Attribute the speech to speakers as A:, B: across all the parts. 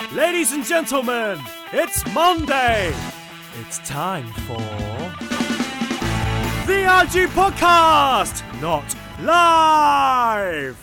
A: and gentlemen, it's Monday. It's time for the RG Podcast, not live.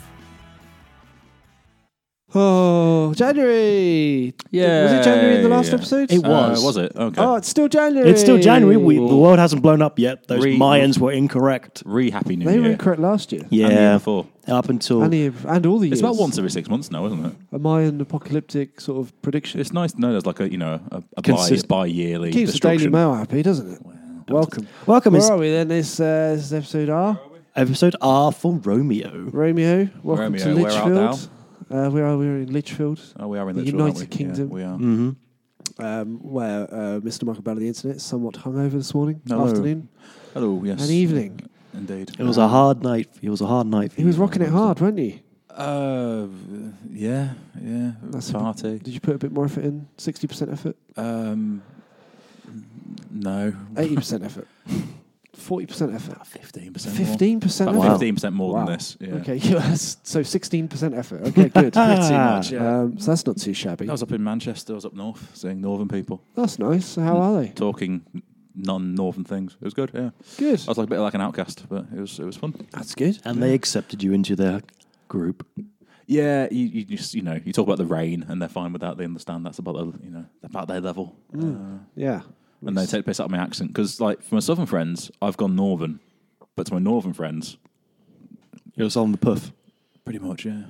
B: Oh, January!
C: Yeah.
B: was it January in the last
C: Yeah.
B: episode?
D: It was.
C: Uh, was it? Okay.
B: Oh, it's still January.
D: It's still January. We, the world hasn't blown up yet. Those
C: Re-
D: Mayans were incorrect.
C: Re Happy New
B: They
C: Year.
B: were incorrect last year.
C: And the year before.
D: Up until
B: And, the- and all the years.
C: It's about once every six months now, isn't it?
B: A Mayan apocalyptic sort of prediction.
C: It's nice to know there's like a you know a, a
D: Consist-
C: bi yearly
B: Keeps the Daily
C: destruction.
B: Mail happy, doesn't it? Welcome.
D: welcome
B: Where
D: is
B: are we then? This, uh, this is episode R.
D: episode R for Romeo.
B: Romeo, welcome to
C: Romeo, where art thou?
B: Litchfield. Uh, where are we? We're in Litchfield,
C: Oh, we are in
B: The
C: literal, aren't
B: United
C: we? Yeah,
B: Kingdom.
C: we are.
D: Mm-hmm.
B: um, where uh, Mr. Michael Bell of the Internet is somewhat hungover this morning,
C: Hello.
B: afternoon,
C: Hello. Oh, Yes.
B: and evening.
C: Indeed.
D: It was a hard night. It was a hard night. For
B: He
D: you.
B: was rocking it hard, weren't he?
C: Uh, yeah, yeah.
B: That's a bit-
C: party.
B: Did you put a bit more effort in? 60% effort?
C: Um, no.
B: 80% effort? 40% effort?
C: Fifteen percent.
B: Fifteen percent.
C: About
D: Wow.
C: fifteen percent more
B: Wow.
C: than this. Yeah.
B: Okay, yeah, that's- so sixteen percent effort. Okay, good.
D: Ah.
B: Pretty
D: much,
C: yeah.
B: Um, so that's not too shabby.
C: I was up in Manchester. I was up north, seeing northern people
B: That's nice. So How are they?
C: talking non-northern things. It was good. Yeah.
B: Good.
C: I was like a bit like an outcast, but it was it was fun.
B: That's good.
D: and they accepted you into their group.
C: Yeah, you, you just you know you talk about the rain and they're fine with that. They understand that's about the you know about their level, uh,
B: Yeah.
C: and they take the piss out of my accent because like for my southern friends I've gone northern, but to my northern friends,
D: It was on the puff.
C: pretty much yeah.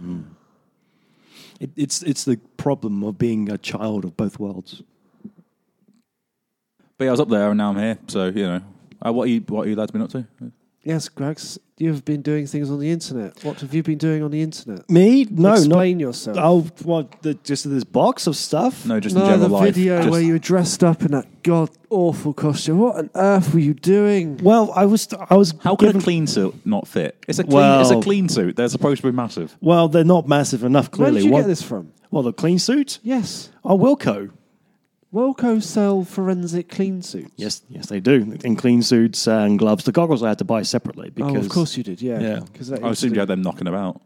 D: It, it's it's the problem of being a child of both worlds.
C: But yeah, I was up there and now I'm here, so you know. Uh, what are you what are you lads been up to?
B: Yes, Grags, you have been doing things on the internet. What have you been doing on the internet?
D: Me? No,
B: Explain yourself.
D: not. Oh, what? The, just this box of stuff.
C: No, just in
B: no,
C: general
B: the
C: life.
B: video
C: just-
B: where you were dressed up in that god awful costume. What on earth were you doing?
D: Well, I was I was
C: how could a
D: given-
C: clean suit not fit? It's a clean, it's a
D: Well-
C: clean suit. They're supposed to be massive.
D: Well, they're not massive enough.
B: Where
D: Clearly,
B: did you
D: What-
B: get this from?
D: Well, the clean suit.
B: Yes,
D: Oh, Wilco.
B: Wilco sell forensic clean suits.
D: Yes, yes, they do. In clean suits and gloves. The goggles I had to buy separately because,
B: Oh, of course you did. Yeah.
D: Yeah.
B: 'Cause that
C: I
B: instantly-
C: assumed you had them knocking about.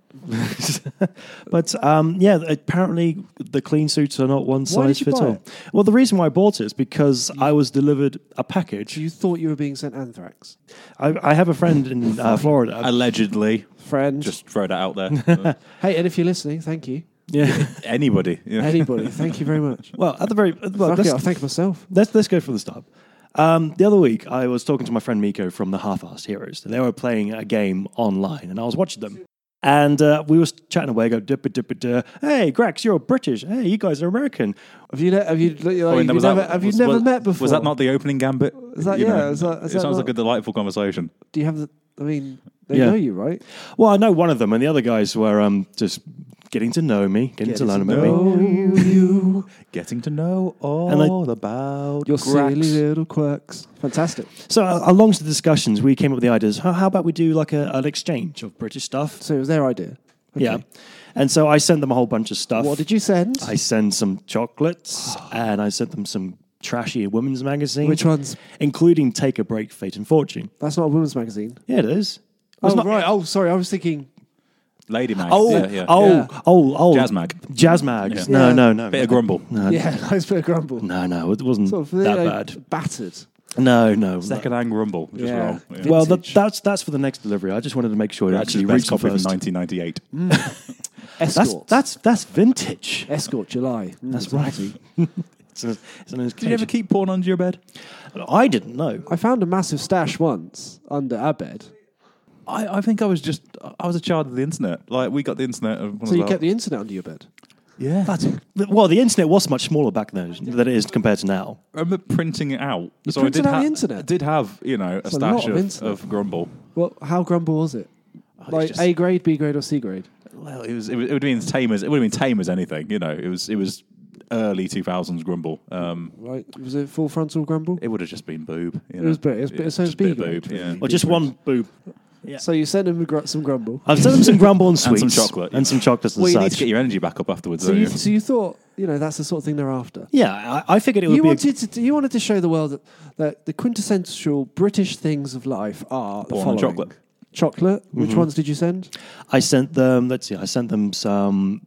D: But um, yeah, apparently the clean suits are not one
B: did
D: size
B: you
D: fits
B: buy
D: all.
B: it?
D: Well, the reason why I bought it is because I was delivered a package.
B: you thought you were being sent anthrax.
D: I, I have a friend in uh, Florida.
C: Allegedly,
B: Friend.
C: just throw that out there.
B: Hey, and if you're listening, thank you.
D: yeah.
C: Anybody? Yeah.
B: Anybody, thank you very much.
D: Well, at the very well,
B: Fuck it, I'll
D: let's,
B: thank myself.
D: let's let's go from the start. Um, the other week, I was talking to my friend Miko from the Half-Assed Heroes, and they were playing a game online, and I was watching them. And uh, we was chatting away, go, dipper, dipper, duh. hey, Grex, you're British. Hey, you guys are American.
B: Have you, ne- have you, like,
C: I mean,
B: have Oh, you
C: was
B: never,
C: that-
B: have you
C: was-
B: never
C: was-
B: met before?
C: Was that not the opening gambit?
B: Is that-
C: You
B: yeah,
C: know,
B: is that- is
C: it
B: that
C: sounds
B: not-
C: like a delightful conversation.
B: Do you have the? I mean, they
D: Yeah.
B: know you, right?
D: Well, I know one of them, and the other guys were um, just getting to know me, getting to learn about me.
C: Oh.
B: you, you,
C: Getting to know all
D: And I-
C: about
B: your silly
C: Grax.
B: little quirks. Fantastic.
D: So, uh, along to the discussions, we came up with the ideas. How, how about we do like a, an exchange of British stuff?
B: So it was their idea. Okay.
D: Yeah. And so I sent them a whole bunch of stuff.
B: What did you send?
D: I sent some chocolates, and I sent them some trashy women's magazines.
B: Which ones?
D: Including Take a Break, Fate and Fortune.
B: That's not a women's magazine.
D: Yeah, it is.
B: oh
D: It's not-
B: right. Oh, sorry. I was thinking.
C: Lady Mag.
D: Oh,
C: yeah, yeah.
D: oh,
B: Yeah.
D: oh, oh.
C: Jazz mag.
D: Jazz mags.
B: Yeah.
D: No,
B: Yeah.
D: no, no.
C: Bit of grumble.
B: Yeah, nice bit of grumble.
D: No, no, it wasn't
B: Sort of, you
D: that
B: know,
D: bad.
B: Battered.
D: No, no.
C: Second hand grumble, which is
B: Yeah.
C: wrong. Yeah.
D: Well, that,
B: Vintage.
D: that's that's for the next delivery. I just wanted to make sure it
C: Grax's
D: actually
C: best
D: reached
C: copy
D: the
C: from
D: first.
C: 1998.
D: That's
B: Escort.
D: that's that's vintage.
B: escort. July. Mm,
D: That's
B: exactly.
D: right. it's an, it's an
C: Did you ever keep porn under your bed?
D: I didn't know.
B: I found a massive stash once under our bed.
C: I, I think I was just I was a child of the internet. Like we got the internet.
B: So you kept the internet under your bed.
C: yeah.
D: That's well, the internet was much smaller back then than it is compared to now.
C: I remember printing it out. so I
B: printed
C: did
B: out
C: ha-
B: the internet?
C: I did have you know a
B: a
C: stash
B: lot of
C: of,
B: internet.
C: of grumble.
B: Well, how grumble was it? like
C: just-
B: A grade, B grade, or C grade?
C: Well, it was it, was, it would have been tame as it would have been tame as anything. You know, it was it was early 2000s grumble. Um,
B: Right? Was it full frontal grumble?
C: It would have just been boob. You
B: It
C: know.
B: was bit- it was bit- it sounds
C: just a bit
B: big,
C: of boob.
B: right?
C: Yeah.
D: Well, just one boob.
B: So you sent him a gr- some grumble.
D: I've sent them some grumble and
C: And
D: sweets
C: some chocolate.
D: and some chocolates and
C: Well, you
D: such.
C: need to get your energy back up afterwards.
B: So
C: don't
B: you,
C: you?
B: so you thought, you know, that's the sort of thing they're after.
D: yeah, I, I figured it would
B: You
D: be. a-
B: wanted to, you wanted to show the world that, that the quintessential British things of life are the
C: Porn
B: following.
C: and chocolate.
B: Mm-hmm. Chocolate. Which ones did you send?
D: I sent them. Let's see. I sent them some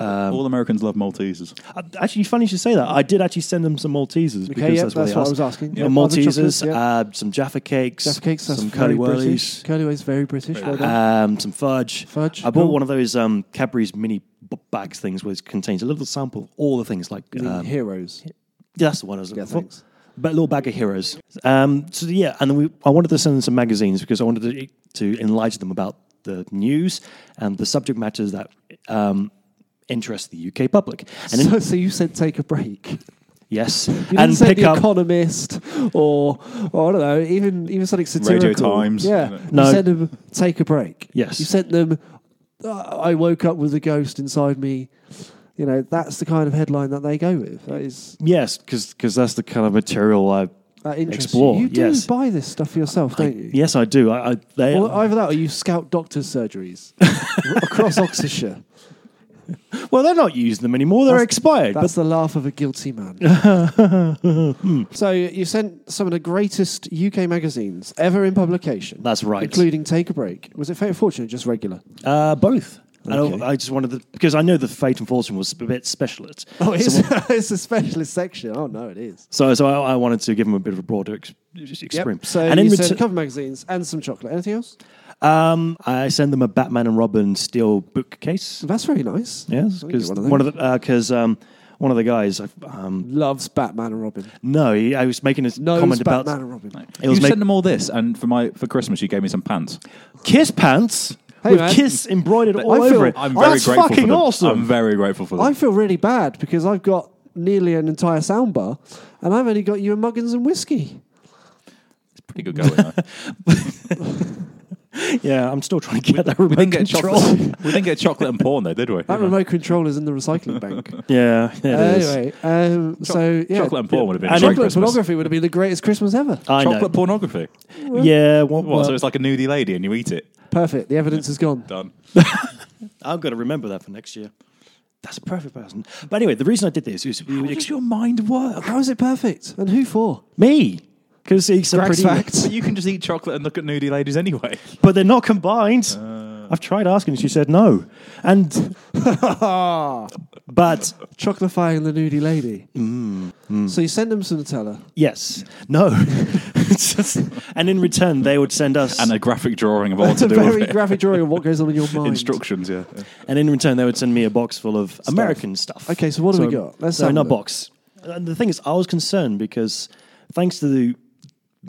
B: Um,
C: All Americans love Maltesers.
D: Uh, Actually, funny you should say that. I did actually send them some Maltesers because
B: yeah, that's
D: that's, what, they
B: what I
D: asked.
B: was asking.
D: Yeah,
B: Yeah, other chocolates,
D: Maltesers,
B: yeah.
D: uh, some Jaffa cakes,
B: Jaffa cakes, that's
D: some
B: very
D: curly
B: British.
D: whirlies,
B: Curly Whirlies, very British. Well done.
D: um, some fudge.
B: Fudge,
D: I bought
B: cool.
D: one of those um, Cadbury's mini b- bags things, which contains a little sample of all the things like
B: You mean
D: um,
B: heroes.
D: Yeah, that's the one I was looking
B: Yeah,
D: for.
B: thanks.
D: But little bag of heroes. Um, so yeah, and then we, I wanted to send them some magazines because I wanted to, to enlighten them about the news and the subject matters that um, interest the UK public. And in-
B: So, so you said take a break. You
D: yes,
B: didn't
D: and
B: say
D: pick
B: The
D: up.
B: Economist or, or I don't know, even even something satirical.
C: Times,
B: Yeah.
C: you know.
D: No.
B: You sent them take a break.
D: Yes.
B: You sent them "Uh, I woke up with a ghost inside me. You know, that's the kind of headline that they go with. That is
D: yes, because that's the kind of material I.
B: that interests
D: Explore,
B: you. You do
D: yes.
B: buy this stuff for yourself, don't you?
D: Yes, I do. I, I they,
B: Well, either that or you scout doctors' surgeries across Oxfordshire.
D: well, they're not using them anymore. They're
B: That's-
D: expired. But
B: That's the laugh of a guilty man. so you sent some of the greatest UK magazines ever in publication.
D: That's right.
B: Including Take a Break. Was it Fate of Fortune or just regular?
D: uh, both. I don't-
B: Okay.
D: I, just wanted to because I know the Fate and Fortune was a bit specialist.
B: Oh,
D: So
B: it's, it's a specialist section. Oh, no, it is.
D: So, so I, I wanted to give them a bit of a broader ex-
B: Yep.
D: experience.
B: So
D: and in
B: you
D: return,
B: sent a couple of magazines and some chocolate. Anything else?
D: um, I send them a Batman and Robin steel bookcase.
B: That's very nice.
D: Yes,
B: I'll get
D: because
B: one of
D: one of the because um, one of the guys. I- Um,
B: Loves Batman and Robin.
D: no, he, I was making a
B: Knows
D: comment
B: Batman
D: about
B: and Robin.
D: It was
C: you
D: made-
C: sent them all this, and for my for Christmas, you gave me some pants.
D: kiss pants
B: Hey,
D: with
B: man.
D: kiss embroidered all
B: I feel-
D: over it.
C: I'm very
D: That's
C: grateful.
D: fucking
B: Um,
C: for them.
D: awesome.
C: I'm very grateful for them.
B: I feel really bad because I've got nearly an entire soundbar and I've only got you a muggins and whiskey.
C: it's pretty good going. though.
D: yeah, I'm still trying to get that
C: we
D: remote
C: didn't get
D: control.
C: chocolate. we didn't get chocolate and porn though, did we?
B: That remote control is in the recycling bank.
D: yeah, it is.
B: anyway, Oh, um, so yeah,
C: Chocolate and porn would have been.
D: And
C: a great
B: Chocolate
C: Christmas.
B: pornography would have been the greatest Christmas ever.
D: I
C: Chocolate
D: know.
C: pornography.
D: Yeah, well,
C: What?
D: well,
C: so it's like a nudie lady, and you eat it.
B: Perfect. The evidence is gone.
C: Done.
D: I've got to remember that for next year. That's a perfect person. But anyway, the reason I did this is we would
C: your mind work?
B: How is it perfect? And who for?
D: Me. Because it's a
B: Drax
D: pretty.
B: facts.
C: But you can just eat chocolate and look at nudie ladies anyway.
D: But they're not combined. I've tried asking, she said no. And. but
B: Chocolifying the nudie lady. So you send them some Nutella.
D: yes, no. It's just- and in return, they would send us.
C: And a graphic drawing of all
B: It's
C: to
B: a
C: do with
B: very
C: it.
B: graphic drawing of what goes on in your mind.
C: Instructions, yeah.
D: and in return, they would send me a box full of American stuff.
B: Okay, so what do we got? Let's
D: so
B: have a
D: not
B: look.
D: box. And the thing is, I was concerned because thanks to the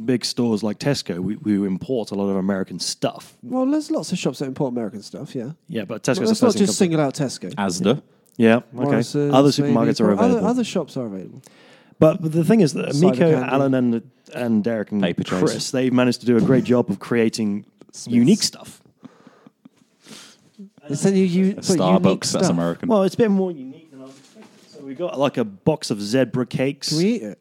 D: big stores like Tesco, we, we import a lot of American stuff.
B: Well, there's lots of shops that import American stuff. Yeah,
D: Yeah, but Tesco's
B: let's
D: the
B: not
D: first
B: just
D: thing.
B: single out Tesco.
C: Asda.
D: Yeah, okay.
B: Morrison's,
D: other
B: maybe,
D: supermarkets are
B: but
D: available.
B: Other, other shops are available.
D: But the thing is that
B: Cider
D: Miko,
B: candy.
D: Alan, and and Derek and
C: Paper chase.
D: Chris, they've managed to do a great job of creating unique stuff.
B: They send you, you sorry, unique
C: Starbucks, that's
B: stuff.
C: American.
D: Well, it's a bit more unique than I was expecting. So we got like a box of zebra cakes.
B: Can we eat it?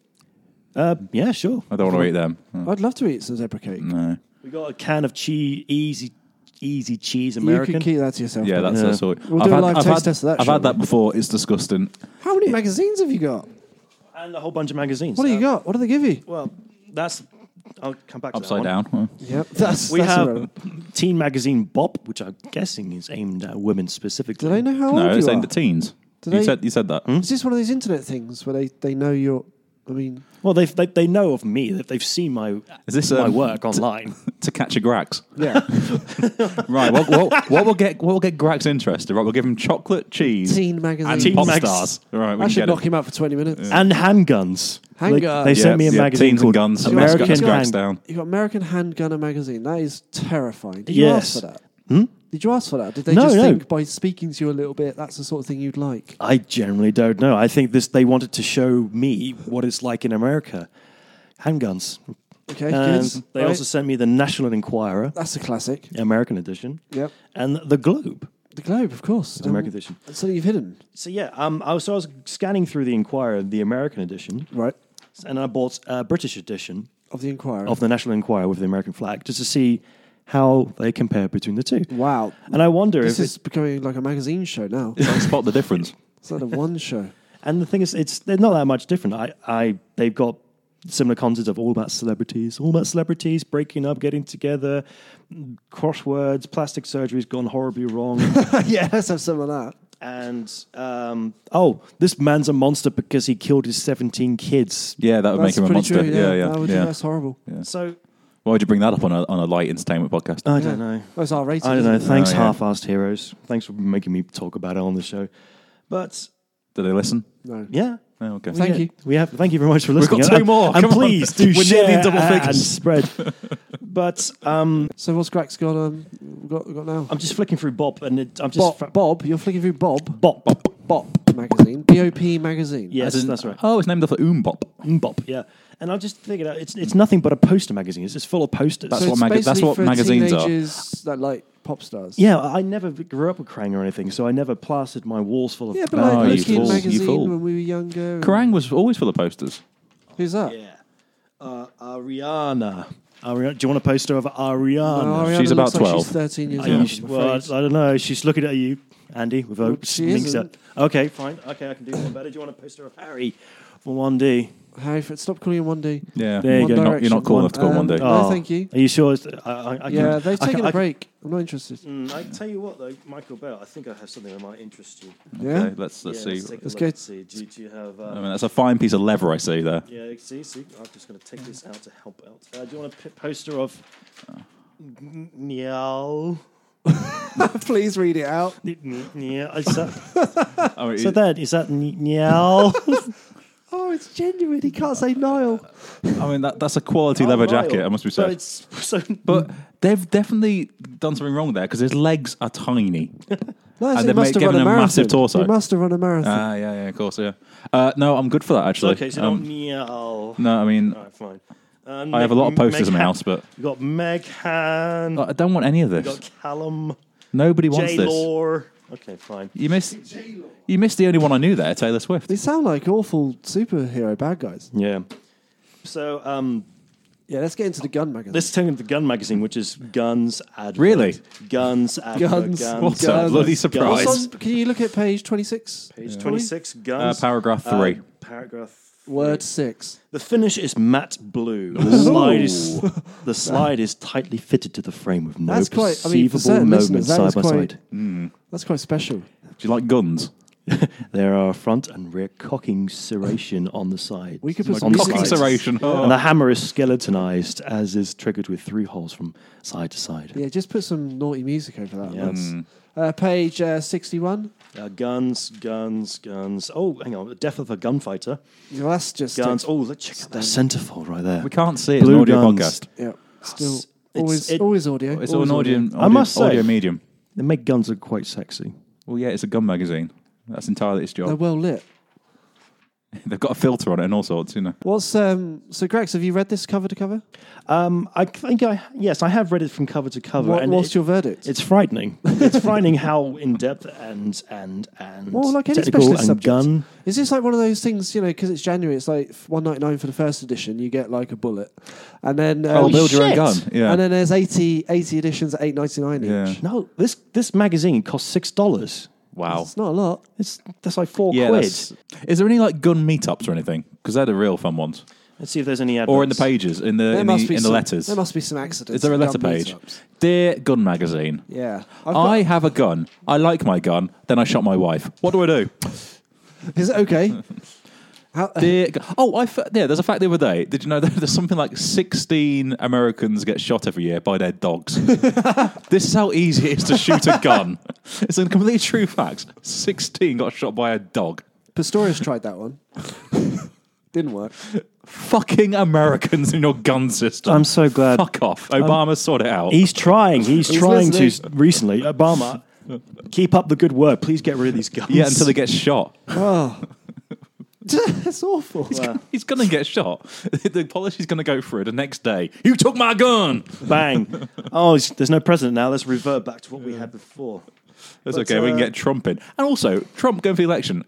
D: Uh, yeah, sure.
C: I don't want to eat them.
B: I'd love to eat some zebra cake.
C: No.
D: We got a can of cheese, easy, easy cheese
B: You
D: American.
B: can keep that to yourself.
C: Yeah,
B: mate.
C: that's
D: Yeah.
C: that's all.
B: We'll do a live taste test of that,
C: I've
B: shall
C: had that
B: we?
C: before. It's disgusting.
B: How many magazines have you got?
D: and a whole bunch of magazines.
B: What do
D: Uh,
B: you got? What do they give you?
D: Well, that's. I'll come back to that
C: Upside
D: one.
C: down. Well,
B: Yep, that's
D: We
B: that's
D: have
B: irrelevant.
D: teen magazine Bop, which I'm guessing is aimed at women specifically.
B: Do they know how
C: No,
B: old
C: it's
B: you
C: aimed
B: are?
C: at teens.
B: Do
C: you
B: they- Hmm?
C: said you said that.
B: Is this one of these internet things where they, they know you're? I mean,
D: Well, they've, they they know of me. That they've seen my
C: Is this,
D: my
C: um,
D: work online.
C: To catch a Grax.
B: yeah,
C: Right. What, what, what will get what will get Grax interested? Right. We'll give him chocolate, cheese,
B: teen
C: and
B: magazines.
D: Teen
C: pop
D: mags.
C: stars. All right. We
B: I
C: can
B: should
C: get him.
B: knock him out for twenty minutes.
D: and handguns. They-
B: Handguns.
D: They, sent me a
C: Yeah,
D: magazine
C: teens
D: called
C: and guns.
D: American
C: That's Grax
D: Hand-
C: down.
B: You got American Handgunner magazine. That is terrifying. Did
D: Yes. Hmm?
B: you ask for that? Did you ask for that? Did they
D: No,
B: just
D: no.
B: think by speaking to you a little bit, that's the sort of thing you'd like?
D: I generally don't know. I think this they wanted to show me what it's like in America. Handguns.
B: Okay,
D: And
B: good.
D: Um, they
B: Right.
D: also sent me the National Enquirer,
B: that's a classic.
D: American edition,
B: Yep.
D: and the Globe,
B: The Globe, of course.
D: the American edition.
B: So you've hidden,
D: So yeah, um, I was, so I was scanning through the Enquirer, the American edition,
B: right?
D: and I bought a British edition
B: Of the Inquirer.
D: of the National Enquirer with the American flag just to see how they compare between the two.
B: wow.
D: And I wonder
B: Mm. This
D: if
B: is becoming like a magazine show now.
C: Try and spot the difference.
B: It's not a one show.
D: And the thing is, it's they're not that much different. I, I they've got similar concepts of all about celebrities, all about celebrities breaking up, getting together, crosswords, plastic surgery's gone horribly wrong,
B: yeah, let's have some of that.
D: And um, oh, this man's a monster because he killed his 17 kids.
C: Yeah, that would
B: That's
C: make him a
B: pretty
C: monster.
B: True,
C: yeah, yeah.
B: That would-
C: yeah.
B: That's horrible.
D: So
C: Why would you bring that up on a on a light entertainment podcast?
B: Uh,
D: I don't know.
B: That was our rating.
D: I don't know.
B: isn't it?
D: Thanks,
C: Oh, yeah.
D: half-assed heroes. Thanks for making me talk about it on the show. But
C: Do they listen?
B: No.
D: yeah,
C: Oh, okay.
B: Thank
D: Yeah,
B: you.
D: We have thank you very much for
C: We've
D: listening.
C: got two
D: And-
C: more.
D: And
C: Come on.
D: please do
C: We're nearly
D: share
C: in double
D: and
C: figures.
D: spread. but um,
B: So what's Grax got? Um, got got now.
D: I'm just flicking through Bob, and it, I'm just
B: Bob, Bob, you're flicking through Bob.
D: Bob.
B: Bop magazine. Bop magazine.
D: Yes,
C: As in-
D: that's right.
C: Oh, it's named after Oombop.
D: Bob. Yeah, and I'm just thinking out. It's it's nothing but a poster magazine. It's just full of posters.
C: Mm. That's
B: So
C: what
B: it's
C: maga- that's
B: basically
C: what
B: for
C: magazines are.
B: teenagers That like pop stars.
D: yeah, I I never grew up with Krang or anything, so I never plastered my walls full of.
B: Yeah, but
C: Oh,
B: like Look
C: you
B: in
C: fool, you
B: magazine
C: fool.
B: when we were younger. and-
C: Kerrang was always full of posters.
B: Who's that?
D: yeah. Uh, Ariana. Ariana. Do you want a poster of Ariana?
B: No, Oh, Ariana
C: she's about
B: looks like
C: 12.
B: She's thirteen years
D: Are
B: old.
D: you-
B: I'm
D: well, I
B: afraid.
D: don't know. She's looking at you, Andy, with a
B: Well, she
D: links
B: isn't.
D: up. Okay, fine. Okay, I can do one better. Do you want a poster of Harry for 1D?
B: Harry, Fr- stop calling him one D.
C: Yeah.
D: There you
B: One
D: go.
C: You're not, you're not cool enough to call
B: Um,
C: one day.
B: No, thank you.
D: Oh. Are you sure? It's, I, I, I
B: Yeah,
D: can,
B: they've
D: I
B: taken
D: can,
B: a break. I'm not interested.
D: I, can- mm, I tell you what, though, Michael Bell, I think I have something that might interest you.
B: Yeah.
C: Okay, let's let's
D: yeah,
C: see.
D: Let's, take a
B: Let's
D: look
B: go.
D: and see. Do, do you have.
C: I
D: Uh,
C: mean, that's a fine piece of leather I see there.
D: yeah, see, see. I'm just going to take this out to help out. Uh, do you want a p- poster of. N- Meow.
B: Please read it out.
D: N- Meow. Is that,
C: Oh, it-
D: is that, is that n- meow?
B: Oh, it's genuine. He can't say Nile.
C: I mean, that, that's a quality leather jacket. I must be
D: So
C: said.
D: Oh, it's so
C: But they've definitely done something wrong there because his legs are tiny.
B: No,
C: And
B: he
C: they
B: must
C: make
B: have run
C: him
B: a
C: a
B: marathon.
C: massive torso.
B: He must have run a marathon.
C: Ah, yeah, yeah, of course, yeah. Uh, no, I'm good for that actually.
D: okay. So
C: Um,
D: don't meow.
C: no, I mean,
D: All right, fine. Uh,
C: I have a lot of posters in my house, but
D: You got Meg Han.
C: I don't want any of
D: You
C: this.
D: got Callum.
C: Nobody wants
D: J
C: this.
D: Lore. Okay, fine.
C: You missed. You missed the only one I knew there, Taylor Swift.
B: They sound like awful superhero bad guys.
D: Yeah. So um,
B: Yeah, let's get into the gun magazine.
D: let's turn into Gun Magazine, which is guns advert.
C: Really?
D: Guns advert.
B: Guns.
D: Guns.
C: What
D: guns.
C: a bloody surprise!
B: What's on- can you look at page 26?
D: Page twenty-six.
C: Uh,
D: Guns.
C: paragraph three.
D: paragraph.
B: Word 6.
D: The finish is matte blue. The slide is, the slide is tightly fitted to the frame with no
B: That's quite- I mean, for
D: perceivable
B: certain
D: movement
B: listeners, that
D: side
B: is
D: by
B: quite-
D: side.
B: That's quite special.
C: Do you like guns?
D: There are front and rear cocking serration on the side.
B: We could put some
D: on the
B: music
C: Cocking
B: Nice.
D: sides.
C: serration.
D: And the hammer is skeletonized, as is triggered with three holes from side to side.
B: Yeah, just put some naughty music over that.
D: Yeah.
B: That's- Uh, page uh, 61.
D: Uh, guns, guns, guns. Oh, hang on. The death of a gunfighter.
B: Well, that's just.
D: Guns. Oh, let's check out that centerfold right there.
C: We can't see it
D: Blue
C: in audio
D: guns.
C: podcast.
B: yeah, still.
D: It's-
B: always,
D: it-
B: always audio.
C: It's
B: always
C: an audio, audio,
D: I must say-
C: audio medium.
D: They make guns look quite sexy.
C: Well, yeah, it's a gun magazine. That's entirely its job.
B: They're well lit.
C: They've got a filter on it and all sorts, you know.
B: What's um? So, Grex, have you read this cover to cover?
D: Um, I think I yes, I have read it from cover to cover.
B: What,
D: and
B: what's
D: it-
B: your verdict?
D: It's frightening. It's frightening how in depth and and and
B: Well, like any
D: technical
B: specialist
D: and
B: subject.
D: gun.
B: Is this like one of those things, you know, because it's January, it's like one ninety nine for the first edition, you get like a bullet. And then um,
C: oh, build your own
D: shit.
C: gun. Yeah.
B: and then there's 80, 80 editions at eight ninety nine
C: Yeah.
B: each.
D: No, this this magazine costs six dollars.
C: wow.
B: It's not a lot.
D: It's that's like four
C: Yeah.
D: quid.
C: that's- Is there any like gun meetups or anything? Because they're the real fun ones.
D: Let's see if there's any adverts.
C: Or in the pages, in the
B: There
C: in the,
B: must be
C: in the
B: some,
C: letters.
B: There must be some accidents.
C: Is there a
B: at
C: letter
B: gun
C: page?
B: meetups.
C: Dear Gun Magazine.
B: Yeah. I've
C: I have a gun. I like my gun. Then I shot my wife. What do I do?
B: got- is it okay? How, uh,
C: Dear, Gu- oh, I fa- yeah. There's a fact the other day. Did you know that there's something like 16 Americans get shot every year by their dogs? this is how easy it is to shoot a gun. it's a completely true fact. 16 got shot by a dog.
B: Pistorius tried that one. Didn't work.
C: Fucking Americans in your gun system.
D: I'm so glad.
C: Fuck off. Obama sort it out.
D: He's trying. He's, trying
B: listening.
D: to recently. Obama, keep up the good work. Please get rid of these guns.
C: yeah, until they get shot.
B: Oh. That's awful.
C: He's gonna get shot. the policy's gonna go through the next day. You took my gun.
D: bang. Oh, it's- there's no president now. Let's revert back to what we had before.
C: That's
D: But,
C: okay. we
D: uh,
C: can get Trump in, and also Trump going for the election.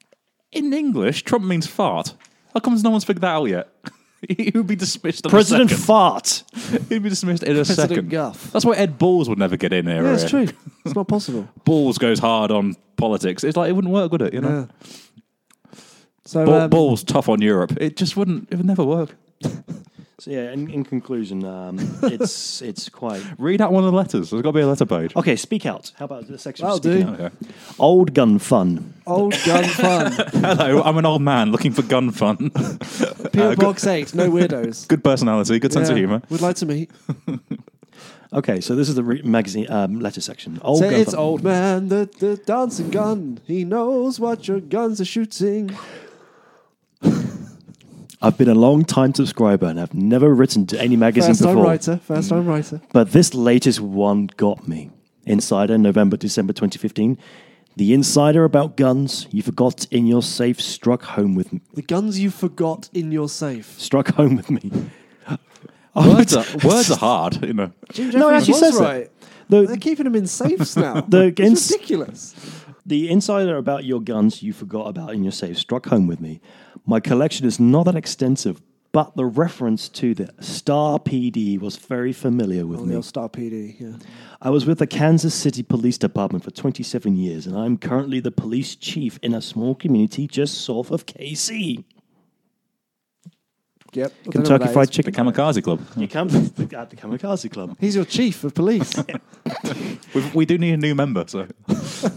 C: In English, Trump means fart. How come no one's figured that out yet? he would be dismissed. In
D: President
C: a
D: fart.
C: second. he'd be dismissed in a
B: President
C: second.
B: Guff.
C: That's why Ed Balls would never get in here.
B: Yeah, it's
C: really.
B: true. It's not possible.
C: Balls goes hard on politics. It's like it wouldn't work, would it? You know,
B: Yeah. So
C: Ball,
B: um,
C: Balls tough on Europe. It just wouldn't. It would never work.
D: So yeah, in, in conclusion, um, it's it's quite
C: Read out one of the letters. There's got to be a letter page.
B: Oh.
D: okay. Speak out. How about the section?
B: That'll
D: of speaking
B: do.
D: out? Old gun fun.
B: Old gun fun.
C: Hello, I'm an old man looking for gun fun.
B: PO
D: Uh,
B: Box 8, no weirdos.
C: good personality, good sense of
B: Yeah,
C: humour.
B: Would like to meet.
D: Okay, so this is the re- magazine um, letter section. Old
B: Say
D: gun
B: it's
D: fun.
B: old man, the, the dancing gun. He knows what your guns are shooting.
D: I've been a long time subscriber and I've never written to any magazine
B: First time
D: before.
B: writer, first time writer.
D: But this latest one got me. Insider, November, December 2015. The insider about guns you forgot in your safe struck home with me.
B: The guns you forgot in your safe.
D: Struck home with me.
C: Words are, words are hard, you know.
B: Jim
D: No,
B: Jeffries
D: it actually
B: was
D: says that.
B: right. They're
D: The,
B: keeping them in safes now.
D: The
B: It's
D: ins-
B: ridiculous.
D: the insider about your guns you forgot about in your safe struck home with me. My collection is not that extensive, but the reference to the Star PD was very familiar with
B: Oh,
D: me.
B: the old Star PD, yeah.
D: I was with the Kansas City Police Department for 27 years, and I'm currently the police chief in a small community just south of KC.
B: Yep. I don't know what
D: Kentucky
B: that
D: Fried
B: is.
C: The
D: Chicken.
C: Kamikaze Club.
D: You come at the Kamikaze Club.
B: He's your chief of police.
C: We've, we do need a new member, so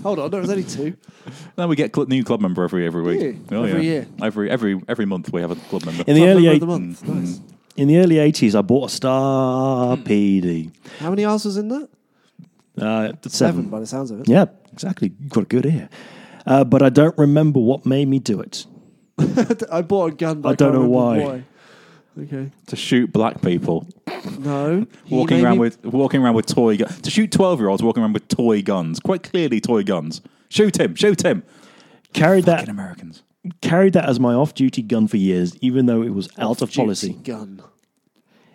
B: Hold on, no, there's only two.
C: now we get cl- new club member every every week. Oh,
B: you? Every year?
C: every every every month we have a club member.
D: In the
B: Club
D: early
B: member
D: eight,
B: of the month. Nice.
D: in the early 80s, I bought a Star PD.
B: How many hours was in that?
D: Uh, seven.
B: Seven, by the sounds of it.
D: Yeah, exactly. You've got a good ear. Uh, but I don't remember what made me do it.
B: I bought a gun, but I,
D: I don't
B: can't
D: know
B: remember Okay.
C: to shoot black people
B: No. he
C: walking
B: made
C: around
B: me-
C: with walking around with toy gu- to shoot twelve year olds walking around with toy guns. Quite clearly, toy guns. Shoot him! Shoot him!
D: Carried
C: In
D: that,
C: Americans.
D: carried that as my off-duty gun for years, even though it was out of
B: Duty
D: policy.
B: gun.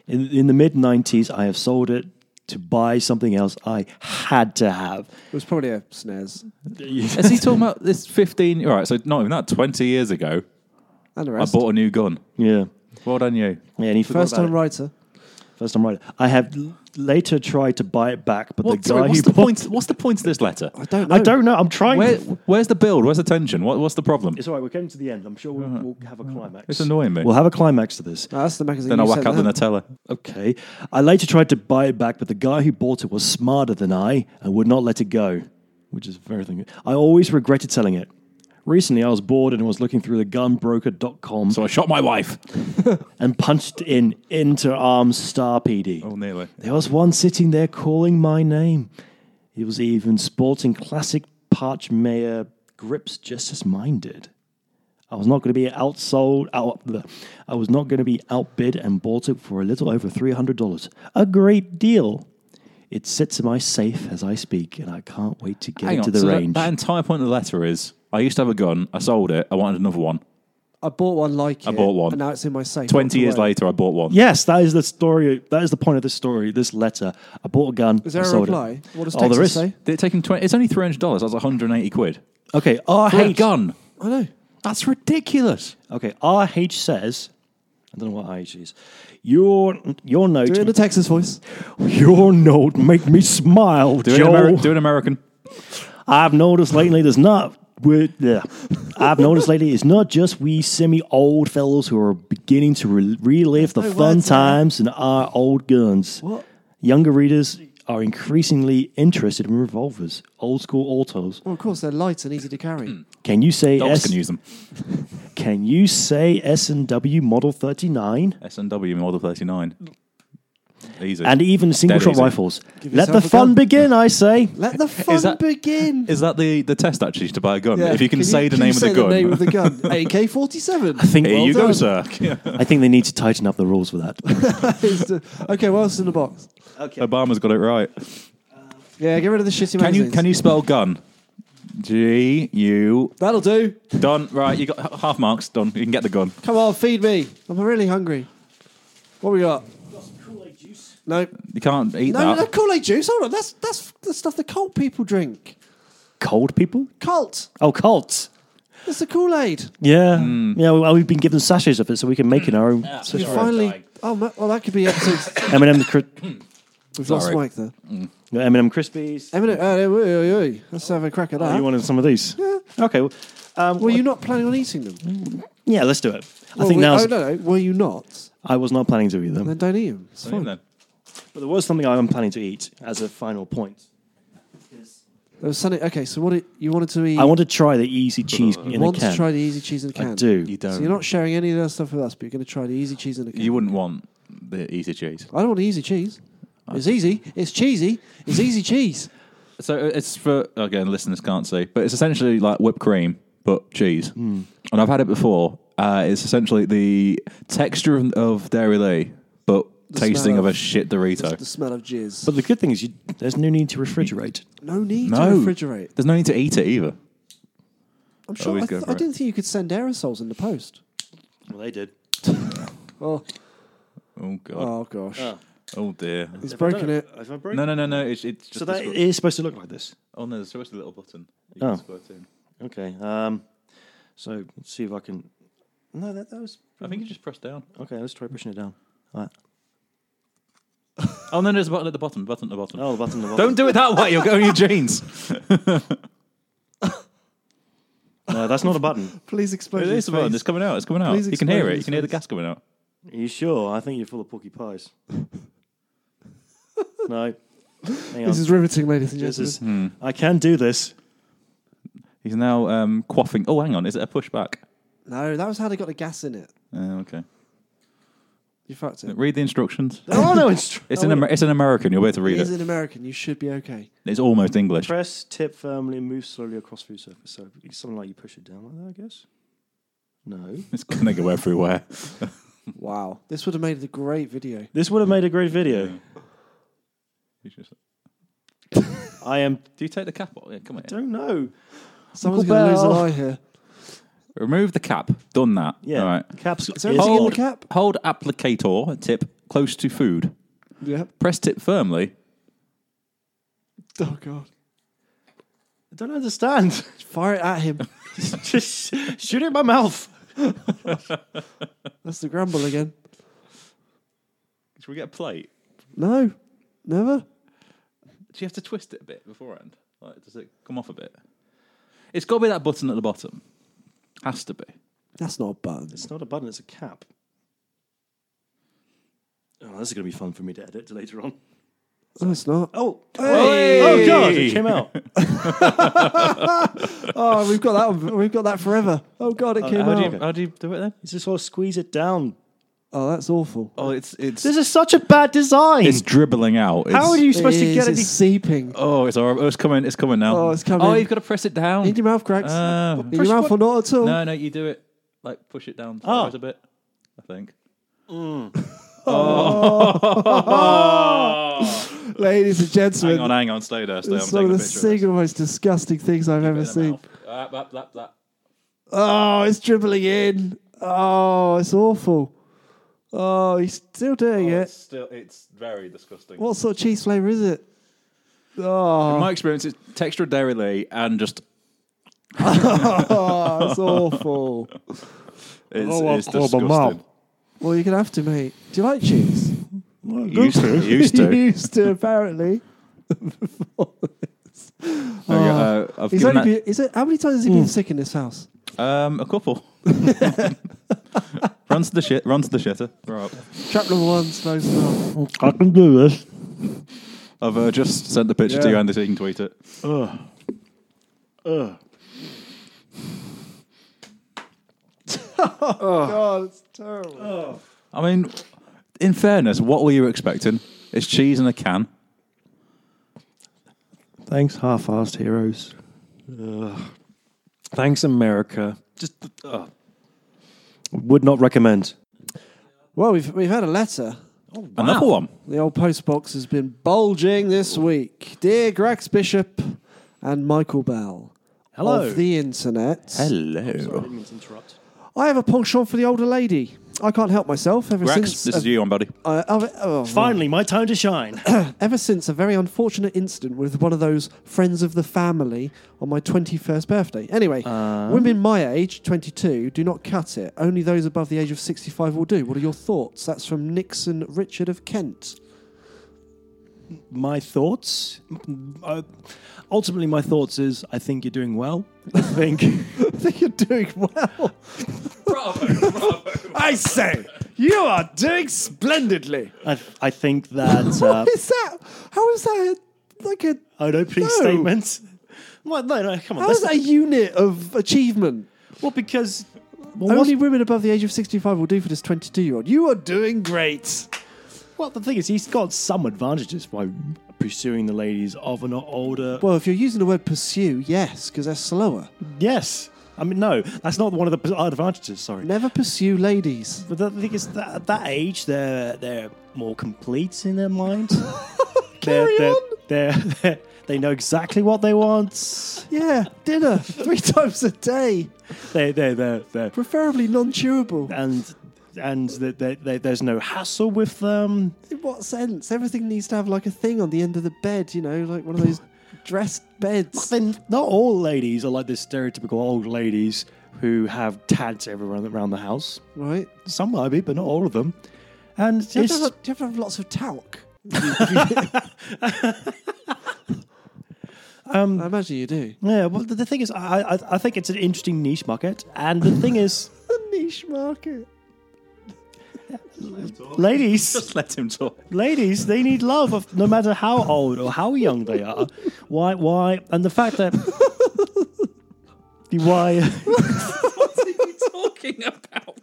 D: In, in the mid 90s, I have sold it to buy something else I had to have.
B: It was probably a snares
C: Is he talking about this fifteen? All right, so not even that. Twenty years ago,
B: and a
C: I
B: rest.
C: bought a new gun.
D: Yeah.
C: Well done, you.
D: Yeah, and he forgot
B: First
D: about
B: time
D: it.
B: writer.
D: First time right. I have l- later tried to buy it back, but
C: What,
D: the guy
C: sorry, what's
D: who
C: the
D: bought
C: point? What's the point of this letter?
B: I don't know.
D: I don't know. I'm trying.
C: Where,
D: to-
C: where's the build? Where's the tension? What, what's the problem?
D: It's all right. We're getting to the end. I'm sure we'll, we'll have a climax.
C: Uh-huh. It's annoying me.
D: We'll have a climax to this.
B: No, that's the magazine.
C: then
B: you
C: I whack
B: sent
C: out the
B: them.
C: Nutella.
D: Okay. I later tried to buy it back, but the guy who bought it was smarter than I and would not let it go, which is very thing. I always regretted selling it. Recently, I was bored and was looking through the gunbroker.com
C: So I shot my wife.
D: and punched in Inter Arms Star PD.
C: Oh, nearly.
D: There was one sitting there calling my name. He was even sporting classic Parchmeyer grips just as mine did. I was not going to be outsold. Out, bleh. I was not going to be outbid and bought it for a little over three hundred dollars. A great deal. It sits in my safe as I speak, and I can't wait to get
C: Hang
D: it to
C: on.
D: the
C: so that-
D: range.
C: That, entire point of the letter is I used to have a gun. I sold it. I wanted another one.
B: I bought one like I it.
C: bought one.
B: And now it's in my safe.
C: 20 years
B: Away.
C: later, I bought one.
D: yes, that is the story. That is the point of this story. This letter. I bought a gun.
B: Is there
D: I
B: a
D: sold it.
B: reply? What does
D: Oh, there
B: Texas
D: is.
B: say?
C: Did it take him 20? It's only $300. That's 180 quid.
D: Okay. R
C: For a
D: H.
C: gun.
B: I know.
C: That's ridiculous.
D: Okay, RH says, I don't know what RH is. Your your note,
B: Do it in a Texas voice.
D: your note make me smile,
C: Do, it
D: Joel.
C: Ameri- do it American.
D: I've noticed lately there's not. we yeah. I've noticed lately it's not just we semi old fellows who are beginning to re- relive the
B: No
D: fun
B: words, man.
D: times and our old guns.
B: What?
D: Younger readers are increasingly interested in revolvers, old school autos.
B: Well, of course, they're light and easy to
C: Hmm.
B: carry.
D: Can you say
C: Dogs
D: S?
C: can use them.
D: can you say S and W Model Thirty Nine?
C: SNW Model 39. Easy.
D: and even single
C: Dead
D: shot
C: easy.
D: rifles.
B: Give
D: Let the
B: yourself a
D: fun
B: gun.
D: begin, I say.
B: Let the fun
C: that-
B: begin.
C: is that the, the test actually to buy a gun?
B: Yeah.
C: If you can, say, the,
B: you
C: name
B: say
C: of the gun.
B: name of the gun. AK 47.
D: I think
C: Here
D: well
C: you go,
D: done.
C: sir.
D: I think they need to tighten up the rules for that.
B: okay, what else is in the box?
C: Obama's got it right.
B: Yeah, get rid of the shitty
C: Can you
B: magazines.
C: can you spell gun? G U
B: That'll do.
C: done right. You got h- half marks done. You can get the gun.
B: Come on, feed me. I'm really hungry. What we got? No,
C: You can't eat
B: no, no, no
C: that.
B: Kool Aid juice. Hold on, that's that's the stuff the cult people drink.
D: Cold people?
B: Cult.
D: Oh, cults.
B: That's the Kool Aid.
D: Yeah.
B: Hmm.
D: Yeah, well, we've been given sachets of it so we can make it our own. Yeah.
B: You finally. Oh, ma- well, that could be episode.
D: M&M,
B: Hmm.
D: cri-
B: We've lost
C: Sorry.
B: Mike there.
D: M&M Crispies.
B: Eminem, uh, oi, oi,
D: Oh,
B: oi. Let's have a crack at that.
D: you wanted some of these? Okay. well, Um,
B: Were you not planning on eating them?
D: Yeah, let's do it. I
B: Well,
D: think
B: we-
D: now's.
B: Oh, no, no. Were you not?
D: I was not planning to eat them.
B: Then don't eat them. It's
C: So,
B: fine.
C: then.
D: But there was something I'm planning to eat as a final point.
B: There was something- Uh, okay, so what it, you wanted to eat?
D: I want to try the easy cheese in a
B: want
D: can.
B: to try the easy cheese in a can.
D: I do.
C: You
B: So
C: don't.
B: you're not sharing any of that stuff with us, but you're going to try the easy cheese in a can.
C: you wouldn't want the easy cheese.
B: I don't want easy cheese. It's easy. It's cheesy. It's easy cheese.
C: So uh, it's for again, listeners can't see, but it's essentially like whipped cream but cheese.
B: Hmm.
C: And I've had it before. Uh, it's essentially the texture of, of Dairy Lee, but tasting
B: smell
C: of,
B: of-
C: a shit Dorito.
B: The smell of jizz.
D: But the good thing is, you, there's no need to refrigerate.
B: no need
C: no,
B: to refrigerate.
C: There's no need to eat it either.
B: I'm sure.
C: Always
B: I,
C: go
B: th-
C: for
B: I
C: it.
B: didn't think you could send aerosols in the post.
D: Well, they did.
B: Oh,
C: Oh god.
B: oh gosh.
C: Oh dear.
B: He's broken it.
D: Have I broken
C: No, no, no, no. It's, it's just
D: So
C: a
D: that
C: squirt.
D: is supposed to look like this.
C: oh no, there's supposed to be a little button. You
D: Oh.
C: can squirt in.
D: Okay. Um, so let's see if I can. No, that, that was
C: I think you just press down.
B: Oh.
D: okay. Let's try pushing it down. All right.
C: Oh no, there's a button at the bottom. Button at the bottom.
D: Oh, the button. The button.
C: Don't do it that way. You'll go in your jeans.
D: No, that's not a button.
B: Please explain.
C: It is a button. It's coming out. It's coming out.
B: Please
C: you can hear
B: explain
C: it.
B: his
C: You can hear the
B: face.
C: gas coming out.
D: Are you sure? I think you're full of porky pies. no. Hang on.
B: This is riveting, ladies and
D: This
B: gentlemen.
D: is-
C: Hmm.
D: I can do this.
C: He's now um, quaffing. Oh, hang on. Is it a pushback?
B: No, that was how they got the gas in it.
C: Uh, okay.
B: You fucked it.
C: Read the instructions.
D: There are no instru-
C: It's an Amer- it's an American. You'll be able to read
B: He's
C: it.
B: an American. You should be okay.
C: It's almost English.
D: Press, tip firmly, and move slowly across food surface. So it's something like you push it down like that, I guess. No.
C: It's gonna go everywhere.
B: Wow. This would have made a great video.
D: This would have made a great video.
C: He's just-
D: I am.
C: Do you take the cap off? Yeah, come on. here.
D: Don't know.
B: Someone's
D: Uncle
B: going to lose an
D: Bell.
B: eye here.
C: Remove the cap. Done that.
D: Yeah.
C: All right.
D: Caps.
B: Is there anything in
C: Hold
B: the cap?
C: hold applicator tip close to food.
B: Yep.
C: Press tip firmly.
B: Oh god.
D: I don't understand.
B: Fire it at him.
D: Just shoot it in my mouth.
B: That's the grumble again.
C: Should we get a plate?
B: No, never.
C: Do you have to twist it a bit beforehand? Like, does it come off a bit? It's got to be that button at the bottom. Has to be.
B: That's not a button.
D: It's not a button, it's a cap. Oh, this is going to be fun for me to edit later on.
B: No, it's not.
D: Oh,
C: Hey!
D: oh God, it came out.
B: Oh, we've got that. One. We've got that forever. Oh god, it came
C: How do
B: out.
C: you how do you do it then?
D: You just sort of squeeze it down.
B: Oh, that's awful.
C: Oh, it's it's
D: This is such a bad design.
C: it's dribbling out. It's,
D: How are you supposed
B: It
D: to
B: is,
D: get
B: it's
D: it?
B: seeping.
C: Oh, it's horrible. Oh, it's coming. It's coming now.
B: Oh, it's coming.
C: Oh, you've got to press it down.
B: In your mouth cracks.
C: Oh.
B: In your mouth or not at all.
C: no, no, you do it. Like push it down
B: Oh.
C: sideways a bit. I think.
B: Ladies and
C: Hang
B: gentlemen,
C: on, hang on. Stay there. Stay.
B: it's
C: I'm
B: one of
C: taking
B: the
C: a picture. of this.
B: single most disgusting things I've ever
C: In the
B: seen.
C: mouth. Ah, blah, blah, blah.
B: Oh, it's dribbling in. Oh, it's awful. Oh, he's still doing
C: Oh, It's
B: it.
C: still, it's very disgusting.
B: What sort of cheese flavour is it? Oh,
C: My experience is texture dairy Lee and just
B: it's awful.
C: it's,
B: Oh,
C: it's
B: I've got my
C: disgusting.
B: mouth. Well, you're gonna have to, mate. Do you like cheese?
C: Used to, used
B: You
C: to.
B: used to, apparently. Before this.
C: Uh, I've
B: He's
C: given
B: only
C: that-
B: been, is it, how many times has he
C: Mm.
B: been sick in this house?
C: Um, a couple. run to the shit. Run to the shitter. Right.
B: Trap number one, slow start.
D: I can do this.
C: I've uh, just sent the picture to you, Andy, so you can tweet it. Oh,
B: God, it's terrible.
C: I mean, in fairness, what were you expecting? It's cheese in a can.
D: Thanks, half-assed heroes. Thanks, America. Just uh, would not recommend.
B: Well, we've we've had a letter.
C: Another one.
B: The old postbox has been bulging this week. Dear Grex Bishop and Michael Bell
D: Hello.
B: of the internet.
C: Hello.
D: didn't mean to interrupt.
B: I have a penchant for the older lady. I can't help myself ever
C: Rex,
B: since.
C: this
B: a-
C: is you on, buddy.
B: I- I've- oh,
D: Finally, my time to shine.
B: Ever since a very unfortunate incident with one of those friends of the family on my 21st birthday. Anyway,
C: Uh-huh.
B: women my age, 22, do not cut it. Only those above the age of 65 will do. What are your thoughts? That's from Nixon Richard of Kent.
D: my thoughts. Uh, ultimately, my thoughts is I think you're doing well. I think
B: I think you're doing well.
A: I say, you are doing splendidly.
D: I, I think that. Uh,
B: What is that? How is that like a?
D: an opening
B: No.
D: statement. Well, no, no, come on.
B: How is
D: that's
B: that a unit of achievement?
D: Well, because
B: Only women above the age of sixty-five will do for this twenty-two-year-old. You are doing great.
D: well, the thing is, he's got some advantages by pursuing the ladies of an older.
B: Well, if you're using the word pursue, yes, because they're slower.
D: yes, I mean, no, that's not one of the advantages. Sorry,
B: Never pursue ladies.
D: but the thing is, that at that age, they're they're more complete in their mind.
B: Carry
D: they're,
B: on.
D: They're, they're, they know exactly what they want.
B: Yeah, dinner three times a day,
D: They they they they
B: preferably non-chewable.
D: and and they, they, they, there's no hassle with them.
B: In what sense? Everything needs to have like a thing on the end of the bed, you know, like one of those dressed beds.
D: Then not all ladies are like the stereotypical old ladies who have tags everywhere around the house.
B: Right?
D: Some might be, but not all of them. And
B: Do you, have
D: it's,
B: to have, do you have to have lots of talc? I imagine you do.
D: yeah, well, the, the thing is, I, I, I think it's an interesting niche market. And the thing is,
B: The niche market.
D: ladies,
C: Just let him talk.
D: ladies, they need love, of, no matter how old or how young they are. Why, why, and the fact that why
C: What are you talking about?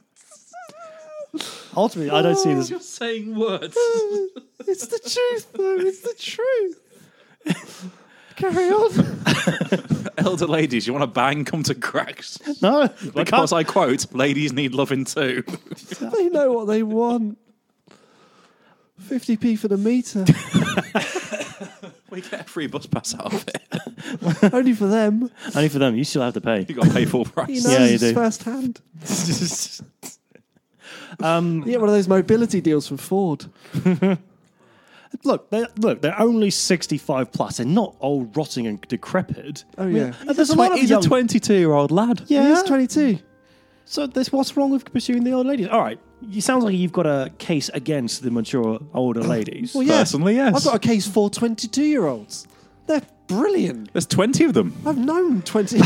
D: ultimately, I don't see this.
C: You're saying words.
D: Oh,
B: It's the truth, though. It's the truth. Carry on.
C: Elder ladies, you want to bang? Come to cracks.
D: No, they can't.
C: Because I quote, ladies need loving too.
B: They know what they want. 50p for the meter.
C: We get a free bus pass out of it.
B: Only for them.
D: Only for them, you still have to pay.
C: You got to pay full
B: He
C: price.
B: knows
D: Yeah, you do.
B: firsthand.
D: um,
B: You get one of those mobility deals from Ford.
D: Look, they're, look, they're only 65 plus and not old, rotting, and decrepit.
B: Oh, yeah.
D: And there's a lot of
C: he's
D: young,
C: a 22 year old lad.
B: He
D: yeah.
B: is 22.
D: so there's what's wrong with pursuing the old ladies? All right, you sounds like you've got a case against the mature older ladies.
B: Well, yeah.
C: Personally, yes.
B: I've got a case for 22 year olds. They're brilliant.
C: There's 20 of them.
B: I've known 20.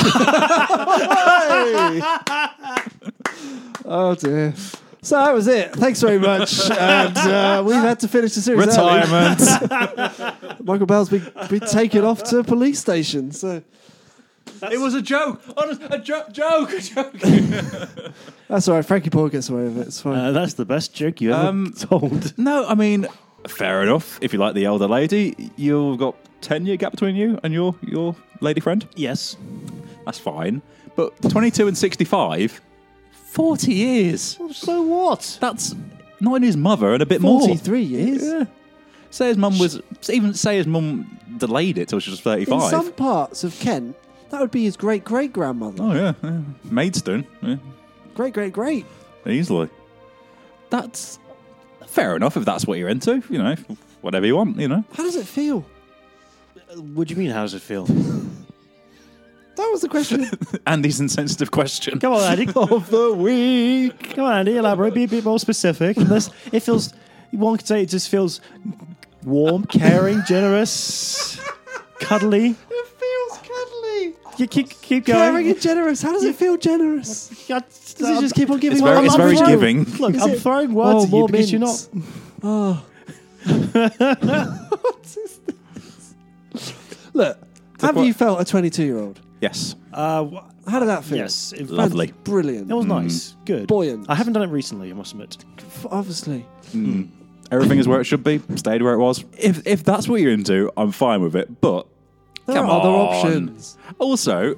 B: Hey. oh, dear. So that was it. Thanks very much. And uh, we've had to finish the series. early.
C: Retirement.
B: Michael Bell's been, been taken off to a police station. So
C: it was a joke. Honest, a jo- joke. A joke.
B: that's all right. Frankie Paul gets away with it. It's fine.
D: Uh, that's the best joke you ever
C: Um,
D: told.
C: No, I mean, fair enough. If you like the elder lady, you've got 10 year gap between you and your, your lady friend.
D: yes.
C: That's fine. But 22 and 65, 40 years.
D: So what?
C: That's not in his mother and a bit more.
B: 43 years.
C: Yeah. Say his mum was even say his mum delayed it till she was thirty
B: In
C: five.
B: some parts of Kent, that would be his great great grandmother.
C: oh yeah, yeah. Maidstone, yeah.
B: Great great great.
C: easily. That's fair enough if that's what you're into. You know, whatever you want. You know,
B: How does it feel?
D: What do you mean, how does it feel?
B: That was the question.
C: Andy's insensitive question.
D: Come on, Andy.
B: of the week.
D: Come on, Andy, elaborate. Be a bit more specific. This, it feels, one could say it just feels warm, caring, generous, cuddly.
B: It feels cuddly.
D: You keep, keep
B: Caring
D: going.
B: and generous. How does it feel generous?
D: Does
B: Does it just keep on giving?
C: It's
B: one
C: very, it's
B: another
C: very
B: row?
C: giving.
D: Look,
B: Is
D: I'm
B: it-
D: throwing
B: Whoa,
D: words at you
B: more
D: because you're not.
B: mints. Oh. What is this? Look, have
C: what-
B: you felt a 22 year old?
C: Yes,
D: Uh, wh-
B: How did that feel?
D: yes, it,
C: Love. Lovely.
B: Brilliant.
D: it was
C: Mm.
D: nice, good,
B: Buoyant.
D: I haven't done it recently, I must admit.
B: F- Obviously.
C: everything is where it should be. Stayed where it was. If if that's what you're into, I'm fine with it. But
B: There
C: Come
B: are other
C: on.
B: options.
C: also,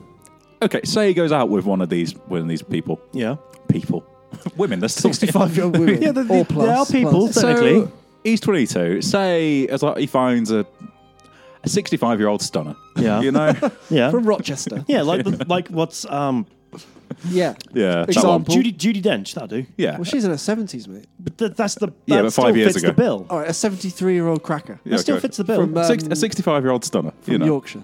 C: okay, say he goes out with one of these one of these people.
D: Yeah,
C: People, women. There's still
B: 65 year old women.
D: yeah, the, the,
B: or plus,
D: there are people
B: plus.
D: technically.
C: So he's 22. Say as like he finds a a 65 year old stunner.
D: Yeah.
C: You know.
D: yeah,
B: From Rochester.
D: yeah, like the, like what's um
B: yeah.
C: yeah. that one.
B: Example.
D: Judy Judy Dench that'll do.
C: Yeah.
B: Well, she's in her 70s, mate.
D: But th- that's the that
C: Yeah, but
D: still
C: five years
D: fits
C: ago.
D: the bill.
B: All right, a 73 year old cracker.
C: Yeah,
D: that still
C: go.
D: fits the bill.
B: From, uh,
C: Six, a
B: um,
C: 65 year old stunner. you
B: From
C: know.
B: Yorkshire.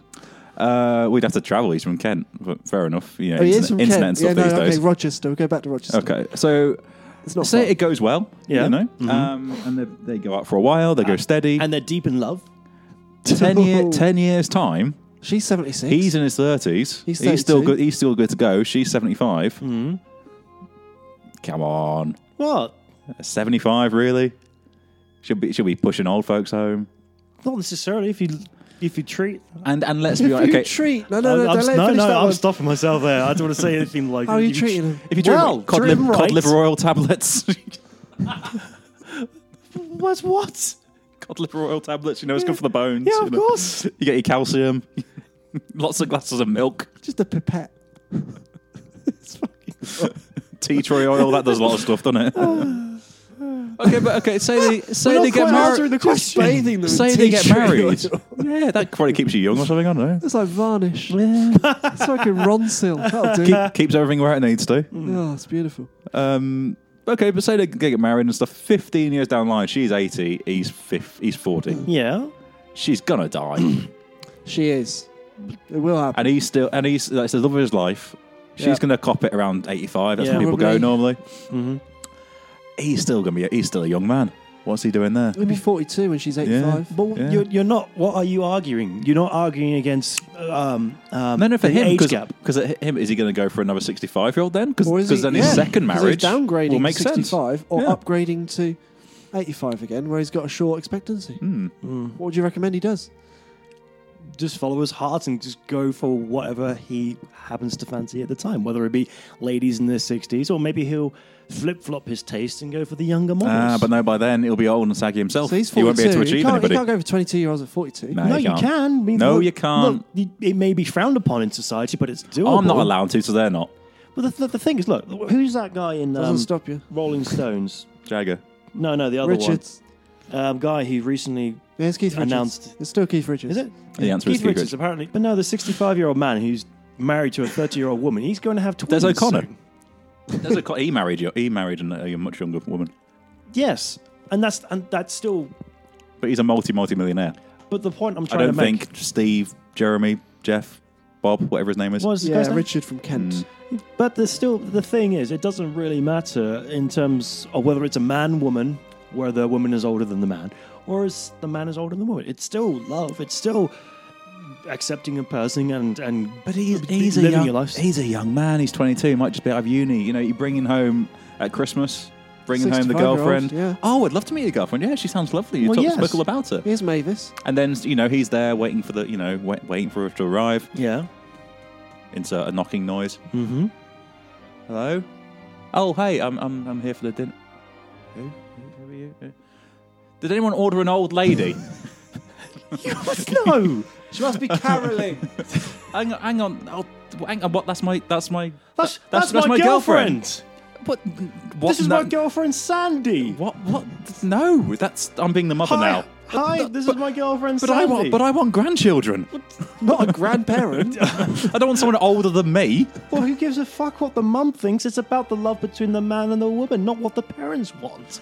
C: Uh, we'd have to travel. He's from Kent, but fair enough. You know,
B: Oh, he
C: internet,
B: is from
C: internet
B: Kent.
C: and stuff
B: yeah,
C: these
B: no, okay,
C: days.
B: Rochester. We'll go back to Rochester.
C: Okay, so
B: It's not
C: say
B: far.
C: it goes well,
D: Yeah.
C: you know,
B: Mm-hmm.
C: um, and they, they go out for a while, they go steady.
D: and they're deep in love.
C: 10, year, 10 years' time,
B: She's 76.
C: he's in his 30s.
B: He's Mm-hmm.
C: still
B: 32.
C: good. He's still good to go. She's 75. Come on.
D: What?
C: 75, really? Should be, should be pushing old folks home.
D: Not necessarily. If you if you treat,
C: And and let's
B: If
C: be honest,
B: you
C: okay,
B: treat, no, no, no,
D: I'm,
B: don't
D: just-
B: let him
D: no,
B: finish
D: no,
B: that
D: I'm
B: one.
D: stopping myself there. I don't want to say anything like.
B: How are you
D: if tr-
B: treating him?
C: if you drink
D: Well,
C: cod,
D: treat
C: liver,
D: 'em
C: cod
D: right.
C: liver oil tablets,
D: What's what?
C: cod liver oil tablets, you know, it's good for the bones.
D: Yeah,
C: you
D: of
C: know.
D: course.
C: You get your calcium, lots of glasses of milk,
B: Just a pipette. it's fucking
C: tea tree oil. That does a lot of stuff, doesn't it? okay, but okay, say they say
B: We're
C: they
B: not
C: get
B: quite
C: married.
B: answering the question. bathing them
C: Say
B: in
C: they
B: tea
C: get
B: tree
C: married.
B: oil.
C: Yeah, that probably keeps you young or something. I don't know.
B: It's like varnish.
C: Yeah.
B: It's like a Ronsil. That'll do.
C: Keep, keeps everything where it needs to.
B: Oh, it's beautiful.
C: Um, okay, but say they get married and stuff. Fifteen years down the line, she's eighty, he's fif- he's forty.
D: Yeah.
C: She's gonna die,
B: She is. It will happen.
C: and he's still and he's that's the love of his life. She's
B: Yeah.
C: gonna cop it around eighty-five. That's
D: Yeah.
C: when people go
B: Probably.
C: normally.
D: Mm-hmm.
C: He's still gonna be. He's still a young man. What's he doing there?
B: He'll be 42 when she's 85.
D: But
C: Yeah.
D: you're, you're not. What are you arguing? You're not arguing against. Um, um,
C: No, no, for
D: the
C: him
D: age
C: because
D: gap.
C: because him is he going to go for another sixty-five year old then?
B: Or is
C: Because
B: he-
C: then
B: yeah,
C: his second
B: 'cause
C: marriage
B: he's downgrading
C: will make
B: to
C: sense.
B: 65 or
C: Yeah.
B: upgrading to 85 again, where he's got a short expectancy.
C: Hmm.
B: What would you recommend he does?
D: Just follow his heart and just go for whatever he happens to fancy at the time, whether it be ladies in their sixties or maybe he'll flip flop his taste and go for the younger models.
C: Ah, but no, by then he'll be old and saggy himself.
B: So he's 42.
C: he won't be able to
B: He
C: achieve
B: can't,
C: anybody.
B: He can't go for 22 year olds at 42.
C: No,
D: No,
C: he
D: you
C: can't.
D: can. I mean,
C: No, you can't.
D: Look, you- it may be frowned upon in society, but it's doable.
C: I'm not allowed to, so they're not.
D: But the, the, the thing is, look, who's that guy in
B: Doesn't
D: um,
B: stop you.
D: Rolling Stones?
C: Jagger.
D: No, no, the other
B: Richards.
D: one. Um, guy who recently
B: Yeah, it's Keith Richards.
D: announced.
B: It's still Keith Richards.
D: Is it?
C: The answer
D: Keith
C: is Keith
D: Richards,
C: Richards.
D: apparently. But no, the 65 year old man who's married to a 30 year old woman, he's going to have twins.
C: There's O'Connor.
D: soon.
C: There's a co- he married you. He married an- a much younger woman,
D: Yes. And that's and that's still.
C: but he's a multi multi millionaire.
D: But the point I'm
C: I
D: trying
C: don't
D: to make.
C: think Steve, Jeremy, Jeff, Bob, whatever his name is.
D: was
B: Yeah, Richard from Kent.
C: Hmm.
D: But there's still the thing is, it doesn't really matter in terms of whether it's a man, woman, where the woman is older than the man, or is the man is older than the woman. It's still love. It's still accepting a person and and
C: But he's,
D: b-
C: he's a
D: living
C: young,
D: your life.
C: he's a young man. He's 22. He might just be out of uni. You know, you're bringing home at Christmas, bringing home the
B: 65-year-old,
C: girlfriend.
B: yeah.
C: Oh, I'd love to meet your girlfriend. Yeah, she sounds lovely. You
D: Well,
C: talk
D: yes.
C: yes. all about her.
B: Here's Mavis.
C: And then, you know, he's there waiting for the, you know, wait, waiting for her to arrive.
D: Yeah.
C: Insert a knocking noise.
D: Mm-hmm.
C: Hello? Oh, hey, I'm, I'm, I'm here for the dinner. Who? Who who are you? Who? Did anyone order an old lady?
D: no,
B: She must be caroling.
C: hang on, hang on. Oh, hang on. What? That's my, that's my,
D: that's
C: that-
D: that's, my, girlfriend.
C: What? what
D: This is my
C: that-
D: girlfriend, Sandy.
C: What? What? No, that's I'm being the mother
D: Hi,
C: now.
D: hi. this is my girlfriend,
C: But
D: Sandy.
C: I want, but I want grandchildren.
B: Not a grandparent.
C: I don't want someone older than me.
D: Well, who gives a fuck what the mum thinks? It's about the love between the man and the woman, not what the parents want.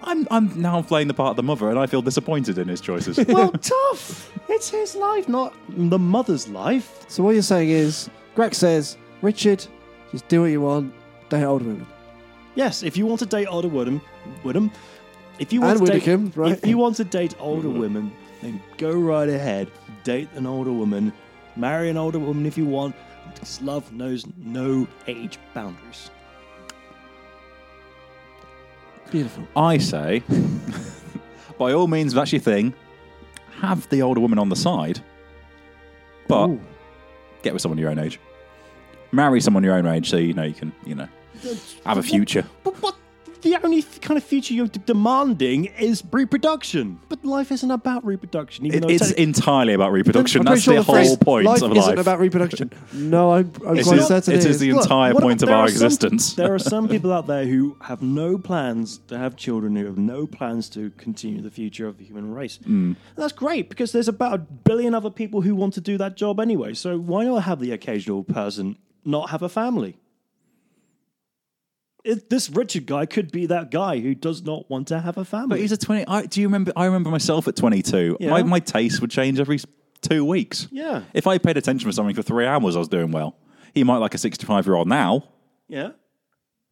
C: I'm, I'm now I'm playing the part of the mother, and I feel disappointed in his choices.
D: well, tough. It's his life, not the mother's life.
B: So what you're saying is, Greg says, Richard, just do what you want, date older women.
D: Yes, if you want to date older women, women, if you want
B: And
D: to date,
B: Widdicombe, right? Mm.
D: if you want to date older women, then go right ahead. Date an older woman, marry an older woman if you want. Because love knows no age boundaries.
B: Beautiful.
C: I say, by all means, that's your thing. Have the older woman on the side, but
B: Ooh.
C: get with someone your own age. Marry someone your own age, so you know you can, you know, have a future.
D: But what? The only f- kind of future you're d- demanding is reproduction. But life isn't about reproduction, even
C: It-
D: though
C: it's
D: technically-
C: entirely about reproduction.
B: I'm pretty
C: That's
B: sure
C: the
B: phrase,
C: whole point
B: life
C: of
B: isn't
C: life.
B: about reproduction. no, I'm, I'm
C: It's
B: quite
C: just-
B: certain
C: it is the
B: Look,
C: entire
D: what
C: point of
D: about- there
C: our
D: are some-
C: existence.
D: there are some people out there who have no plans to have children, who have no plans to continue the future of the human race.
C: Hmm.
D: And that's great because there's about a billion other people who want to do that job anyway. So why not have the occasional person not have a family? It, this Richard guy could be that guy who does not want to have a family.
C: But he's a twenty. I, do you remember? I remember myself at twenty-two.
D: Yeah.
C: My my taste would change every s- two weeks.
D: Yeah.
C: If I paid attention for something for three hours, I was doing well. He might like a sixty-five-year-old now.
D: yeah,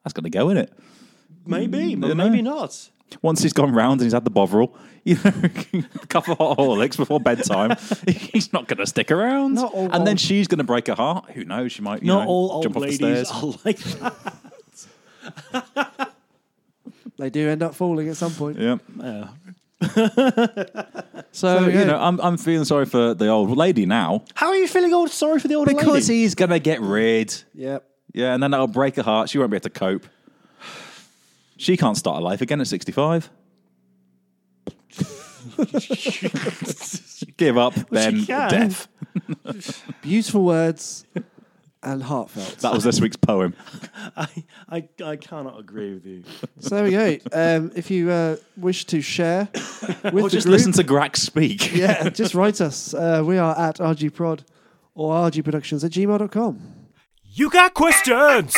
C: That's going to go in it.
D: maybe, but
C: dunno.
D: maybe not.
C: Once he's gone round and he's had the bovril, you know, a cup of hot Horlicks before bedtime, he's not going to stick around.
B: Not all
C: and then
B: old-
C: she's going to break her heart. Who knows? She might you
D: Not
C: know,
D: all old
C: jump off the
D: ladies
C: stairs.
D: are like that.
B: They do end up falling at some point.
C: Yeah.
D: Yeah.
C: So,
B: So, yeah.
C: you know, I'm, I'm feeling sorry for the old lady now
D: How are you feeling old? Sorry for the old
C: because
D: lady.
C: he's gonna get rid.
B: Yeah.
C: Yeah, and then that'll break her heart. She won't be able to cope. She can't start a life again at 65. Give up, then
D: can.
C: death.
B: Beautiful words and heartfelt.
C: That was this week's poem.
D: I, I, I cannot agree with you.
B: So there we go. Um, if you uh, wish to share with
C: Or
B: the
C: just
B: group,
C: listen to Grax speak.
B: yeah, just write us. Uh, we are at rgprod or rgproductions at gmail.com.
A: You got questions?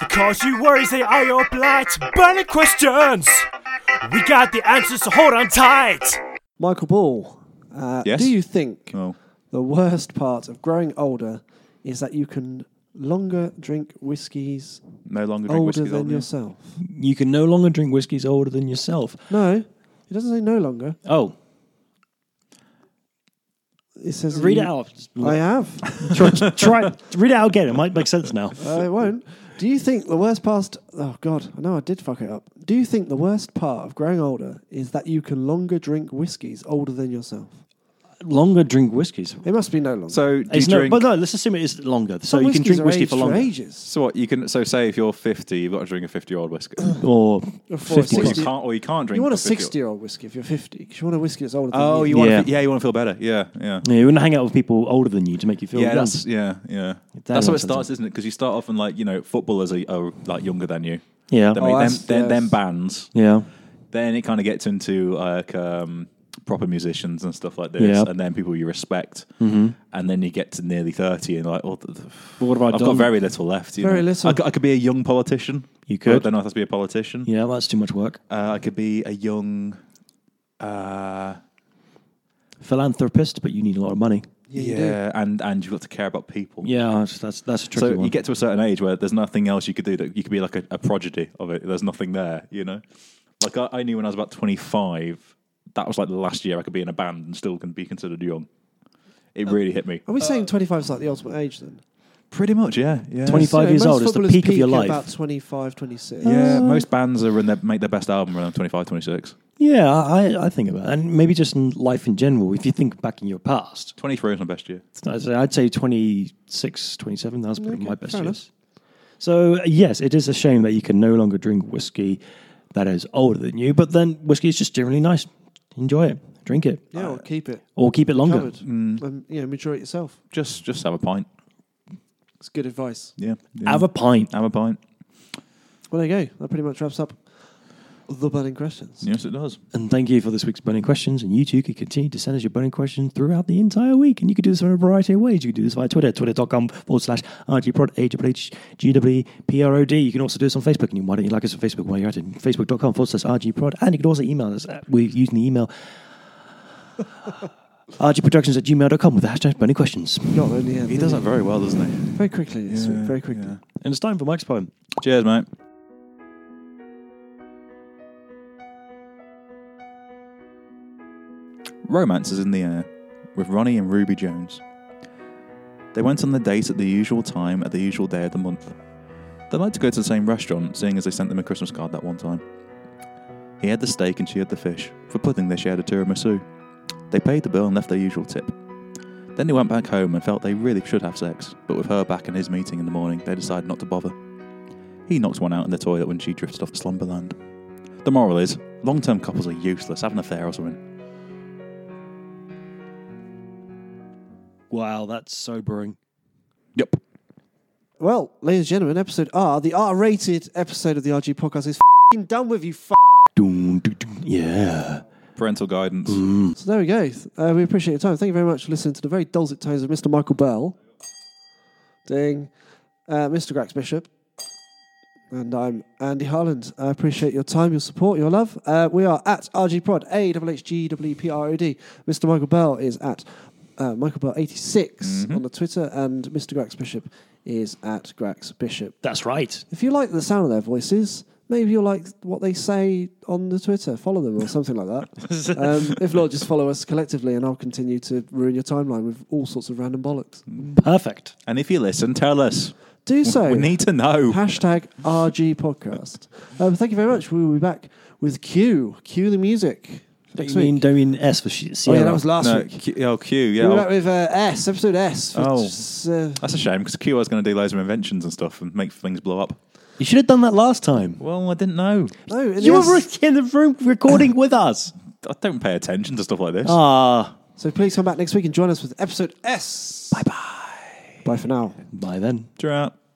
A: Because you worries they are your blight. Burning questions. We got the answers, so hold on tight.
B: Michael Ball, uh,
C: Yes?
B: do you think
C: Oh.
B: the worst part of growing older is that you can longer drink whiskies
C: No longer drink
B: older
C: whiskey.
B: than yourself?
D: You can no longer drink whiskeys older than yourself.
B: No, it doesn't say no longer.
D: Oh,
B: It says
D: read
B: you-
D: it out.
B: I have.
D: try, try- read it out again. It might make sense now.
B: I won't. Do you think the worst part? Oh God, I know I did fuck it up. Do you think the worst part of growing older is that you can longer drink whiskies older than yourself?
D: Longer drink whiskeys.
B: It must be no longer.
C: So, do you
D: It's no,
C: drink,
D: but no, let's assume it is longer.
B: Some
D: So you can
B: whiskies
D: drink
B: are
D: whiskey
B: aged
D: for longer.
B: ages.
C: so what you can so say if you're 50, you've got to drink a 50 year old whiskey, or
D: Or
B: Before
D: 50
B: it's
C: you
B: 60.
C: can't, or you can't drink.
B: You want a
C: 50-year-old.
B: sixty-year-old whiskey if you're fifty, 'cause you want a whiskey that's older than
C: Oh,
B: you.
C: you want?
D: Yeah.
C: Yeah. yeah, you want to feel better. Yeah, yeah.
D: Yeah, you wouldn't hang out with people older than you to make you feel
C: Yeah,
D: young.
C: that's yeah, yeah.
D: makes
C: That's how it
D: sense.
C: starts, isn't it? Because you start off and like you know, footballers are, are like younger than you.
D: yeah.
C: Then, we, then,
B: Oh, that's-
C: then, then
B: yes.
C: bands.
D: yeah.
C: Then it kind of gets into like um, proper musicians and stuff like this,
D: Yeah. Mm-hmm.
C: and then people you respect. And then you get to nearly thirty, and like, oh, th- th-
D: But what about
C: I've got very little left. you
B: Very
C: know.
B: little.
C: I could, I could be a young politician.
D: You could.
C: But then I have to be a politician.
D: Yeah, that's too much work.
C: Uh, I could be a young. Uh,
D: Philanthropist, but you need a lot of money.
B: Yeah, you do.
C: yeah, and and you've got to care about people.
D: Yeah, that's that's, that's a tricky
C: So
D: one.
C: you get to a certain age where there's nothing else you could do. That you could be like a, a prodigy of it. There's nothing there, you know. Like I, I knew when I was about 25, that was like the last year I could be in a band and still can be considered young. It really hit me.
B: Are we saying twenty-five is like the ultimate age then?
C: Pretty much, yeah, yeah.
D: 25
B: So
D: years
B: most
D: old is the
B: footballers
D: peak of your
B: peak at
D: life.
B: About 25, 26.
C: Yeah, most bands are when they make their best album around 25, 26.
D: yeah, I, I think about it. And maybe just in life in general, if you think back in your past,
C: 23 is my best year.
D: I'd say- I'd say 26, 27, that's probably
B: Okay,
D: my best
B: fair
D: years. So, uh, yes, it is a shame that you can no longer drink whiskey that is older than you, but then whiskey is just generally nice. Enjoy it, drink it,
B: Yeah, or keep it
D: or keep it longer.
B: covered.
D: Mm.
B: And, you know, mature it yourself.
C: Just just have a pint.
B: It's good advice.
C: Yeah, yeah.
D: Have a pint.
C: have a pint.
B: Well, there you go. That pretty much wraps up the burning questions.
C: Yes, it does.
D: And thank you for this week's burning questions. And you too can continue to send us your burning questions throughout the entire week. And you can do this in a variety of ways. You can do this via Twitter, twitter.com forward slash RGProd, A-H-H-G-W-P-R-O-D. You can also do this on Facebook. And why don't you like us on Facebook while you're at it? Facebook.com forward slash RGProd. And you can also email us. At, we're using the email rgproductions at gmail.com with the hashtag burning questions.
B: Not only him.
C: He does that very well, doesn't he?
B: very quickly this week.
C: Yeah,
B: Very quickly.
C: yeah.
D: And it's time for Mike's poem.
C: Cheers, mate. Romance is in the air with Ronnie and Ruby Jones. They went on their date at the usual time at the usual day of the month. They liked to go to the same restaurant, seeing as they sent them a Christmas card that one time. He had the steak and she had the fish. For pudding, they shared a tiramisu. They paid the bill and left their usual tip. Then they went back home and felt they really should have sex, but with her back in his meeting in the morning, they decided not to bother. He knocked one out in the toilet when she drifted off to slumberland. The moral is long term couples are useless. Have an affair or something.
D: Wow, that's sobering.
C: Yep.
B: Well, ladies and gentlemen, episode R, the R rated episode of the RG podcast is fing done with you. F-
D: Doom, doo, doo. Yeah.
C: Parental guidance.
D: Mm,
B: so there we go. Uh, we appreciate your time. Thank you very much for listening to the very dulcet tones of Mr. Michael Bell. Ding. Uh, Mr. Grax Bishop. And I'm Andy Harland. I appreciate your time, your support, your love. Uh, we are at RGProd, A W H G W P R O D. Mr. Michael Bell is at uh, Michael Bell 86 on the Twitter, and Mr. Grax Bishop is at Grax Bishop.
D: That's right.
B: If you like the sound of their voices, maybe you'll like what they say on the Twitter. Follow them or something like that. um, if not, just follow us collectively, and I'll continue to ruin your timeline with all sorts of random bollocks.
D: Perfect.
C: And if you listen, tell us.
B: do so.
C: we need to know.
B: Hashtag RG podcast. Um, thank you very much. We will be back with Q. Cue the music.
D: Don't
B: Next
D: you mean,
B: week.
D: don't you mean S for sh-
B: Oh,
D: Sierra?
B: yeah, that was last
C: no,
B: week.
C: Q, oh, Q, yeah.
B: We'll be
C: I'll-
B: back with uh, S, episode S. For
C: Oh.
B: s- uh,
C: That's a shame because Q was going to do loads of inventions and stuff and make things blow up.
D: you should have done that last time.
C: Well, I didn't know.
B: no, in the
D: You
B: S.
D: were in the room recording with us.
C: I don't pay attention to stuff like this.
B: Oh.
D: Ah,
B: So please come back next week and join us with episode S. Bye bye. Bye for now.
D: by then.
C: Drat.